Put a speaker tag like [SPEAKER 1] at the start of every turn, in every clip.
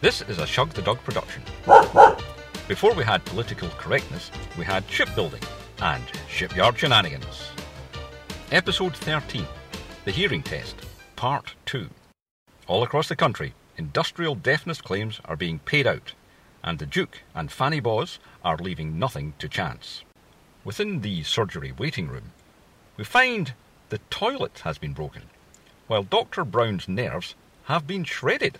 [SPEAKER 1] This is a Shug the Dog production. Before we had political correctness, we had shipbuilding and shipyard shenanigans. Episode 13 The Hearing Test, Part 2. All across the country, industrial deafness claims are being paid out, and the Duke and Fanny Boz are leaving nothing to chance. Within the surgery waiting room, we find the toilet has been broken, while Dr. Brown's nerves have been shredded.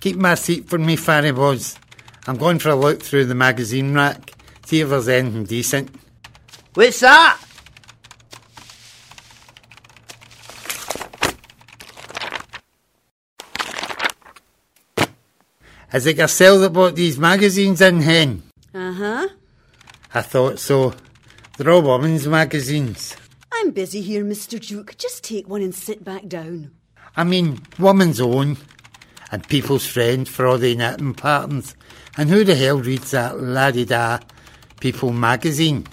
[SPEAKER 2] Keep my seat for me, Fanny Boz. I'm going for a look through the magazine rack, see if there's anything decent.
[SPEAKER 3] What's that?
[SPEAKER 2] Is it yourself that bought these magazines in, Hen?
[SPEAKER 4] Uh huh.
[SPEAKER 2] I thought so. They're all women's magazines.
[SPEAKER 4] I'm busy here, Mr. Duke. Just take one and sit back down.
[SPEAKER 2] I mean, woman's own. And people's friend for all their knitting patterns. And who the hell reads that laddie da People magazine?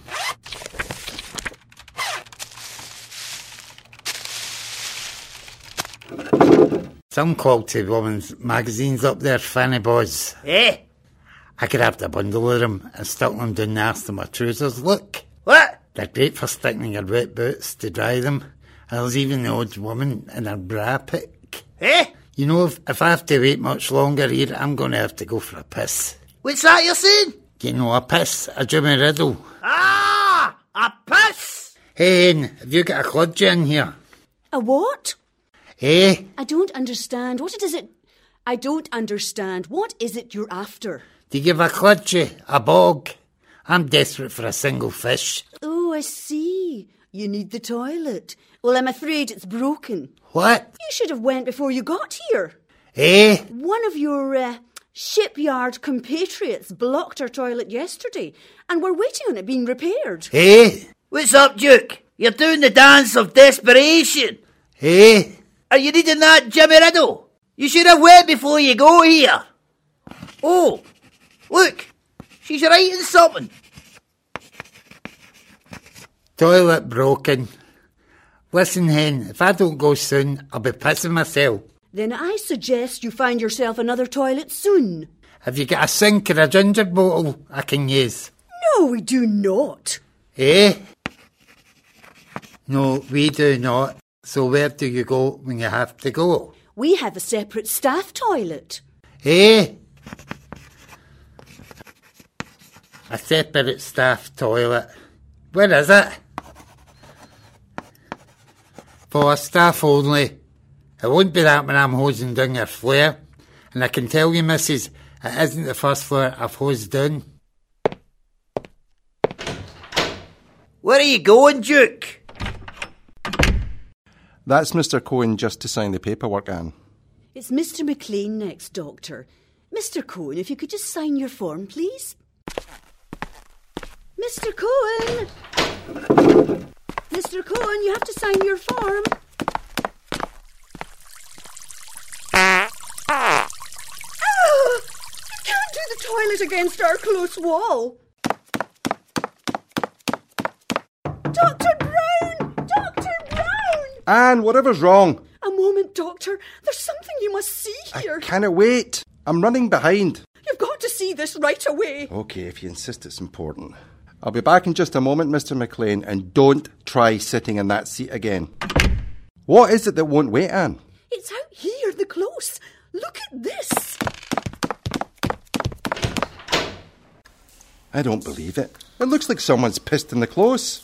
[SPEAKER 2] Some quality women's magazines up there, Fanny Boys.
[SPEAKER 3] Eh?
[SPEAKER 2] I grabbed a bundle of them and stuck them down the arse of my trousers. Look,
[SPEAKER 3] What?
[SPEAKER 2] they're great for sticking your wet boots to dry them. And there's even the odd woman in her bra pick.
[SPEAKER 3] Eh?
[SPEAKER 2] You know, if, if I have to wait much longer here, I'm going to have to go for a piss.
[SPEAKER 3] What's that you're saying?
[SPEAKER 2] You know, a piss, a Jimmy Riddle.
[SPEAKER 3] Ah! A piss!
[SPEAKER 2] Hey, Ian, have you got a clodger in here?
[SPEAKER 4] A what?
[SPEAKER 2] Eh?
[SPEAKER 4] I don't understand. What it is it? I don't understand. What is it you're after?
[SPEAKER 2] Do you give a clodger a bog? I'm desperate for a single fish.
[SPEAKER 4] Oh, I see. You need the toilet. Well, I'm afraid it's broken.
[SPEAKER 2] What?
[SPEAKER 4] You should have went before you got here.
[SPEAKER 2] Eh?
[SPEAKER 4] One of your uh, shipyard compatriots blocked our toilet yesterday, and we're waiting on it being repaired.
[SPEAKER 2] Eh?
[SPEAKER 3] What's up, Duke? You're doing the dance of desperation.
[SPEAKER 2] Eh?
[SPEAKER 3] Are you needing that Jimmy Riddle? You should have waited before you go here. Oh, look, she's writing something.
[SPEAKER 2] Toilet broken. Listen, Hen, if I don't go soon, I'll be pissing myself.
[SPEAKER 4] Then I suggest you find yourself another toilet soon.
[SPEAKER 2] Have you got a sink or a ginger bottle I can use?
[SPEAKER 4] No, we do not.
[SPEAKER 2] Eh? No, we do not. So where do you go when you have to go?
[SPEAKER 4] We have a separate staff toilet.
[SPEAKER 2] Eh? A separate staff toilet. Where is it? For staff only. It won't be that when I'm hosing down your flare. And I can tell you, missus, it isn't the first flare I've hosed down.
[SPEAKER 3] Where are you going, Duke?
[SPEAKER 5] That's Mr. Cohen just to sign the paperwork, Anne.
[SPEAKER 4] It's Mr. McLean next, Doctor. Mr. Cohen, if you could just sign your form, please. Mr. Cohen! Mr. Cohen, you have to sign your form. Ah! Can't do the toilet against our close wall. Dr. Brown! Dr. Brown!
[SPEAKER 5] Anne, whatever's wrong,
[SPEAKER 4] A moment, Doctor. There's something you must see here.
[SPEAKER 5] can it wait? I'm running behind.
[SPEAKER 4] You've got to see this right away.
[SPEAKER 5] Okay, if you insist it's important. I'll be back in just a moment, Mr. McLean, and don't try sitting in that seat again. What is it that won't wait, Anne?
[SPEAKER 4] It's out here, the close. Look at this.
[SPEAKER 5] I don't believe it. It looks like someone's pissed in the close.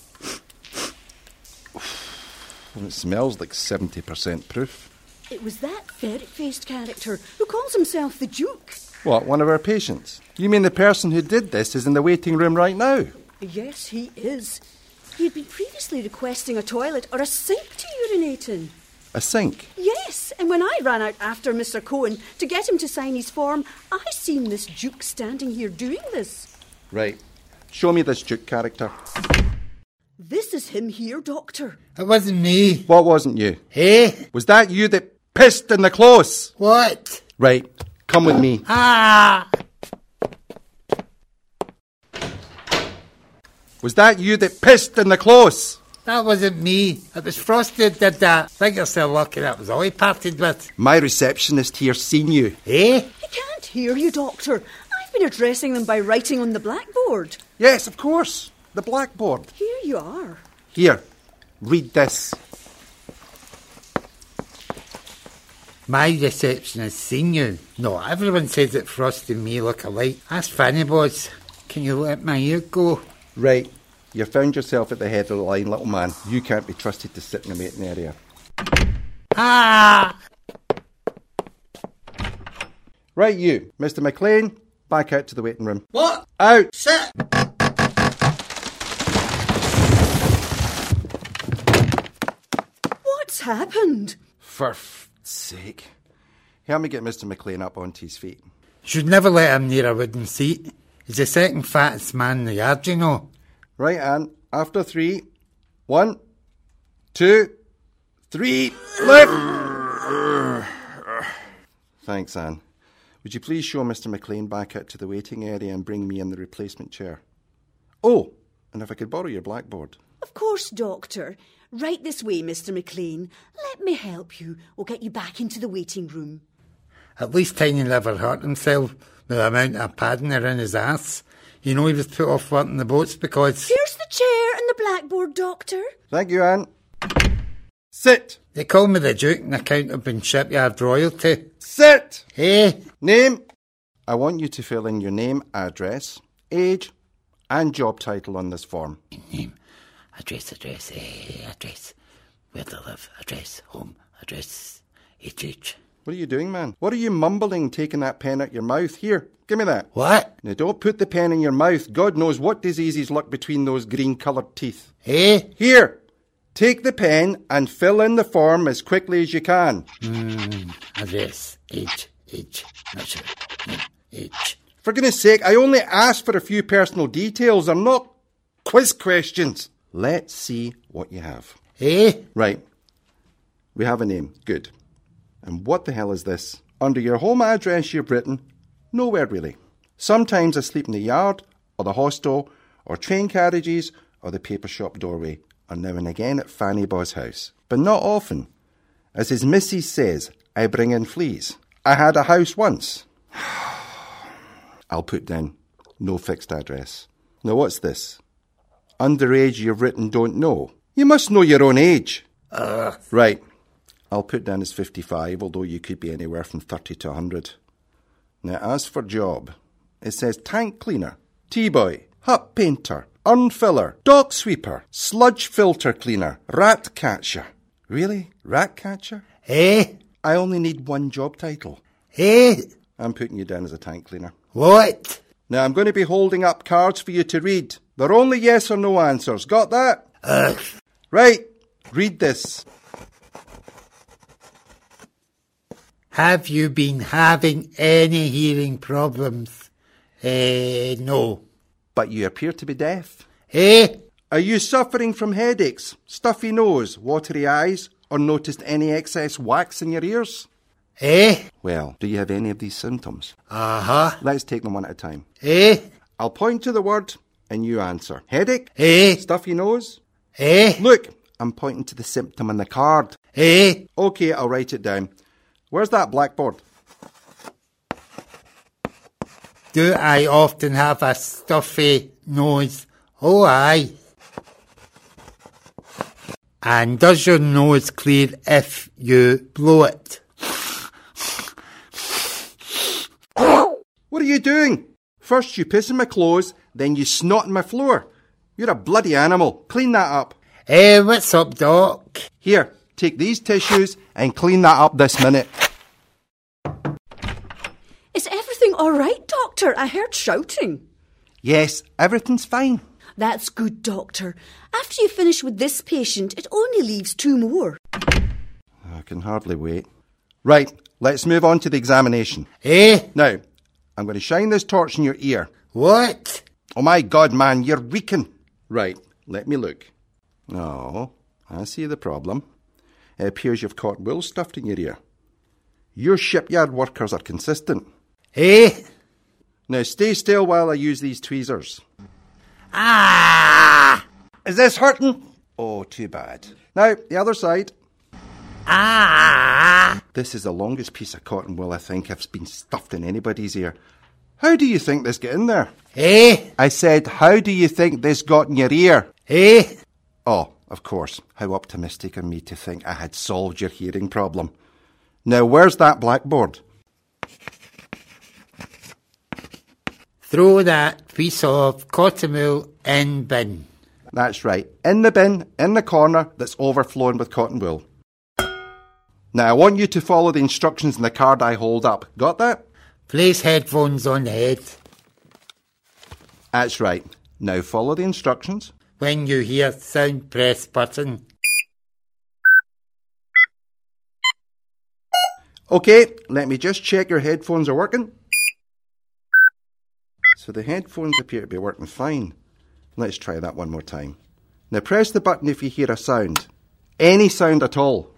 [SPEAKER 5] And it smells like 70% proof.
[SPEAKER 4] It was that ferret-faced character who calls himself the Duke.
[SPEAKER 5] What, one of our patients? You mean the person who did this is in the waiting room right now?
[SPEAKER 4] Yes, he is. He'd been previously requesting a toilet or a sink to urinate in.
[SPEAKER 5] A sink?
[SPEAKER 4] Yes, and when I ran out after Mr. Cohen to get him to sign his form, I seen this Duke standing here doing this.
[SPEAKER 5] Right. Show me this Duke character.
[SPEAKER 4] This is him here, Doctor.
[SPEAKER 2] It wasn't me.
[SPEAKER 5] What wasn't you?
[SPEAKER 2] Eh?
[SPEAKER 5] Was that you that pissed in the close?
[SPEAKER 2] What?
[SPEAKER 5] Right. Come with me.
[SPEAKER 2] Ah!
[SPEAKER 5] Was that you that pissed in the close?
[SPEAKER 2] That wasn't me. It was Frosty that did that. Think you're so lucky that was all he parted with.
[SPEAKER 5] My receptionist here seen you.
[SPEAKER 2] Eh?
[SPEAKER 4] He can't hear you, Doctor. I've been addressing them by writing on the blackboard.
[SPEAKER 5] Yes, of course. The blackboard.
[SPEAKER 4] Here you are.
[SPEAKER 5] Here, read this.
[SPEAKER 2] My receptionist seen you. No, everyone says that Frosty and me look alike. That's funny, boys. Can you let my ear go?
[SPEAKER 5] Right, you found yourself at the head of the line, little man. You can't be trusted to sit in the waiting area.
[SPEAKER 2] Ah!
[SPEAKER 5] Right, you, Mr. McLean, back out to the waiting room.
[SPEAKER 3] What?
[SPEAKER 5] Out!
[SPEAKER 3] Sit.
[SPEAKER 4] What's happened?
[SPEAKER 5] For f- sake. Help me get Mr. McLean up onto his feet.
[SPEAKER 2] Should never let him near a wooden seat. He's the second fattest man in the yard, you know.
[SPEAKER 5] Right, Anne, after three. One, two, three, lift! Thanks, Anne. Would you please show Mr. McLean back out to the waiting area and bring me in the replacement chair? Oh, and if I could borrow your blackboard.
[SPEAKER 4] Of course, Doctor. Right this way, Mr. McLean. Let me help you. We'll get you back into the waiting room.
[SPEAKER 2] At least Tiny never hurt himself with the amount of padding around his ass. You know he was put off working the boats because
[SPEAKER 4] Here's the chair and the blackboard, Doctor.
[SPEAKER 5] Thank you, Anne. Sit!
[SPEAKER 2] they call me the Duke on account of being shipyard royalty.
[SPEAKER 5] Sit!
[SPEAKER 2] Eh?
[SPEAKER 5] Name. I want you to fill in your name, address, age, and job title on this form.
[SPEAKER 2] Name, address, address, eh, address. Where do I live, address, home, address, age, age.
[SPEAKER 5] What are you doing, man? What are you mumbling, taking that pen out your mouth? Here, give me that.
[SPEAKER 2] What?
[SPEAKER 5] Now, don't put the pen in your mouth. God knows what diseases lurk between those green coloured teeth.
[SPEAKER 2] Eh?
[SPEAKER 5] Here, take the pen and fill in the form as quickly as you can.
[SPEAKER 2] Address, age, age, measure, name, age.
[SPEAKER 5] For goodness sake, I only asked for a few personal details. I'm not quiz questions. Let's see what you have.
[SPEAKER 2] Eh?
[SPEAKER 5] Right. We have a name. Good. And what the hell is this? Under your home address, you've written nowhere really. Sometimes I sleep in the yard, or the hostel, or train carriages, or the paper shop doorway, or now and again at Fanny Bo's house. But not often. As his missus says, I bring in fleas. I had a house once. I'll put down no fixed address. Now, what's this? underage you've written don't know. You must know your own age. Right. I'll put down as 55, although you could be anywhere from 30 to 100. Now, as for job, it says tank cleaner, tea boy, hut painter, urn filler, dog sweeper, sludge filter cleaner, rat catcher. Really? Rat catcher?
[SPEAKER 2] Eh?
[SPEAKER 5] I only need one job title.
[SPEAKER 2] Eh?
[SPEAKER 5] I'm putting you down as a tank cleaner.
[SPEAKER 2] What?
[SPEAKER 5] Now, I'm going to be holding up cards for you to read. They're only yes or no answers. Got that?
[SPEAKER 2] Ugh.
[SPEAKER 5] Right, read this.
[SPEAKER 2] Have you been having any hearing problems? Eh, no.
[SPEAKER 5] But you appear to be deaf.
[SPEAKER 2] Eh?
[SPEAKER 5] Are you suffering from headaches, stuffy nose, watery eyes, or noticed any excess wax in your ears?
[SPEAKER 2] Eh?
[SPEAKER 5] Well, do you have any of these symptoms?
[SPEAKER 2] Uh huh.
[SPEAKER 5] Let's take them one at a time.
[SPEAKER 2] Eh?
[SPEAKER 5] I'll point to the word and you answer. Headache?
[SPEAKER 2] Eh?
[SPEAKER 5] Stuffy nose?
[SPEAKER 2] Eh?
[SPEAKER 5] Look, I'm pointing to the symptom on the card.
[SPEAKER 2] Eh?
[SPEAKER 5] Okay, I'll write it down. Where's that blackboard?
[SPEAKER 2] Do I often have a stuffy nose? Oh, aye. And does your nose clear if you blow it?
[SPEAKER 5] What are you doing? First you piss in my clothes, then you snot in my floor. You're a bloody animal. Clean that up.
[SPEAKER 2] Eh, what's up, Doc?
[SPEAKER 5] Here, take these tissues and clean that up this minute.
[SPEAKER 4] Is everything all right, Doctor? I heard shouting.
[SPEAKER 5] Yes, everything's fine.
[SPEAKER 4] That's good, Doctor. After you finish with this patient, it only leaves two more.
[SPEAKER 5] I can hardly wait. Right, let's move on to the examination.
[SPEAKER 2] Eh?
[SPEAKER 5] Now, I'm going to shine this torch in your ear.
[SPEAKER 2] What?
[SPEAKER 5] Oh my god, man, you're reeking. Right, let me look. Oh, I see the problem. It appears you've caught wool stuffed in your ear. Your shipyard workers are consistent.
[SPEAKER 2] Eh?
[SPEAKER 5] Now stay still while I use these tweezers.
[SPEAKER 2] Ah!
[SPEAKER 5] Is this hurting? Oh, too bad. Now, the other side.
[SPEAKER 3] Ah!
[SPEAKER 5] This is the longest piece of cotton wool I think I've been stuffed in anybody's ear. How do you think this got in there?
[SPEAKER 2] Eh?
[SPEAKER 5] I said, how do you think this got in your ear?
[SPEAKER 2] Eh?
[SPEAKER 5] Oh, of course. How optimistic of me to think I had solved your hearing problem. Now, where's that blackboard?
[SPEAKER 2] Throw that piece of cotton wool in bin.
[SPEAKER 5] That's right, in the bin, in the corner that's overflowing with cotton wool. Now, I want you to follow the instructions in the card I hold up. Got that?
[SPEAKER 2] Place headphones on the head.
[SPEAKER 5] That's right. Now, follow the instructions.
[SPEAKER 2] When you hear sound, press button.
[SPEAKER 5] Okay, let me just check your headphones are working. So the headphones appear to be working fine. Let's try that one more time. Now press the button if you hear a sound. Any sound at all.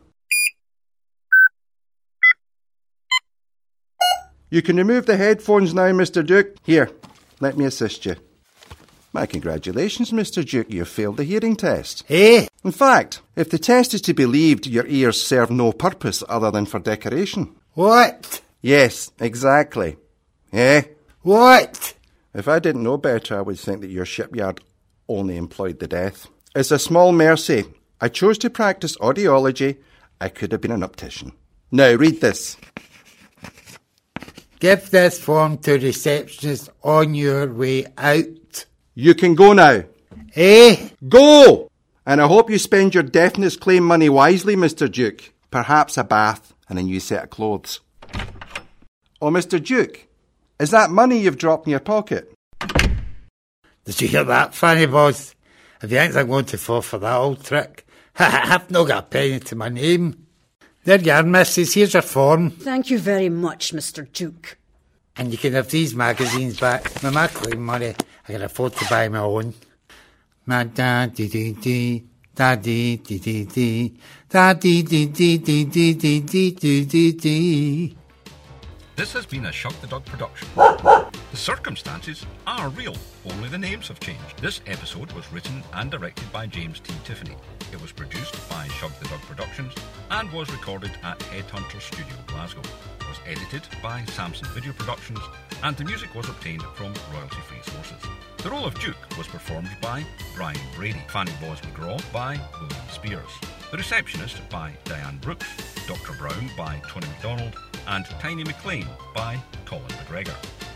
[SPEAKER 5] You can remove the headphones now, Mr. Duke. Here, let me assist you. My congratulations, Mr. Duke, you've failed the hearing test.
[SPEAKER 2] Eh?
[SPEAKER 5] In fact, if the test is to be believed, your ears serve no purpose other than for decoration.
[SPEAKER 2] What?
[SPEAKER 5] Yes, exactly. Eh?
[SPEAKER 2] What?
[SPEAKER 5] If I didn't know better, I would think that your shipyard only employed the deaf. It's a small mercy. I chose to practice audiology. I could have been an optician. Now, read this.
[SPEAKER 2] Give this form to receptionist on your way out.
[SPEAKER 5] You can go now.
[SPEAKER 2] Eh?
[SPEAKER 5] Go! And I hope you spend your deafness claim money wisely, Mr. Duke. Perhaps a bath and a new set of clothes. Oh, Mr. Duke, is that money you've dropped in your pocket?
[SPEAKER 2] Did you hear that, Fanny Boss? If you think I'm going to fall for that old trick, I've not got a penny to my name. There you are, missus. Here's your form.
[SPEAKER 4] Thank you very much, Mr. Duke.
[SPEAKER 2] And you can have these magazines back. With my claim money, I can afford to buy my own. Ma da dee dee dee, da dee dee dee dee, da dee dee dee dee dee dee dee dee dee dee.
[SPEAKER 1] This has been a Shock the Dog production. The circumstances are real, only the names have changed. This episode was written and directed by James T. Tiffany. It was produced by Shock the Dog Productions and was recorded at Headhunter Studio, Glasgow. It was edited by Samson Video Productions and the music was obtained from royalty free sources. The role of Duke was performed by Brian Brady, Fanny Boz McGraw by William Spears, The Receptionist by Diane Brooks, Dr. Brown by Tony MacDonald, and Tiny McLean by Colin McGregor.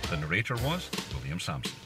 [SPEAKER 1] The narrator was William Sampson.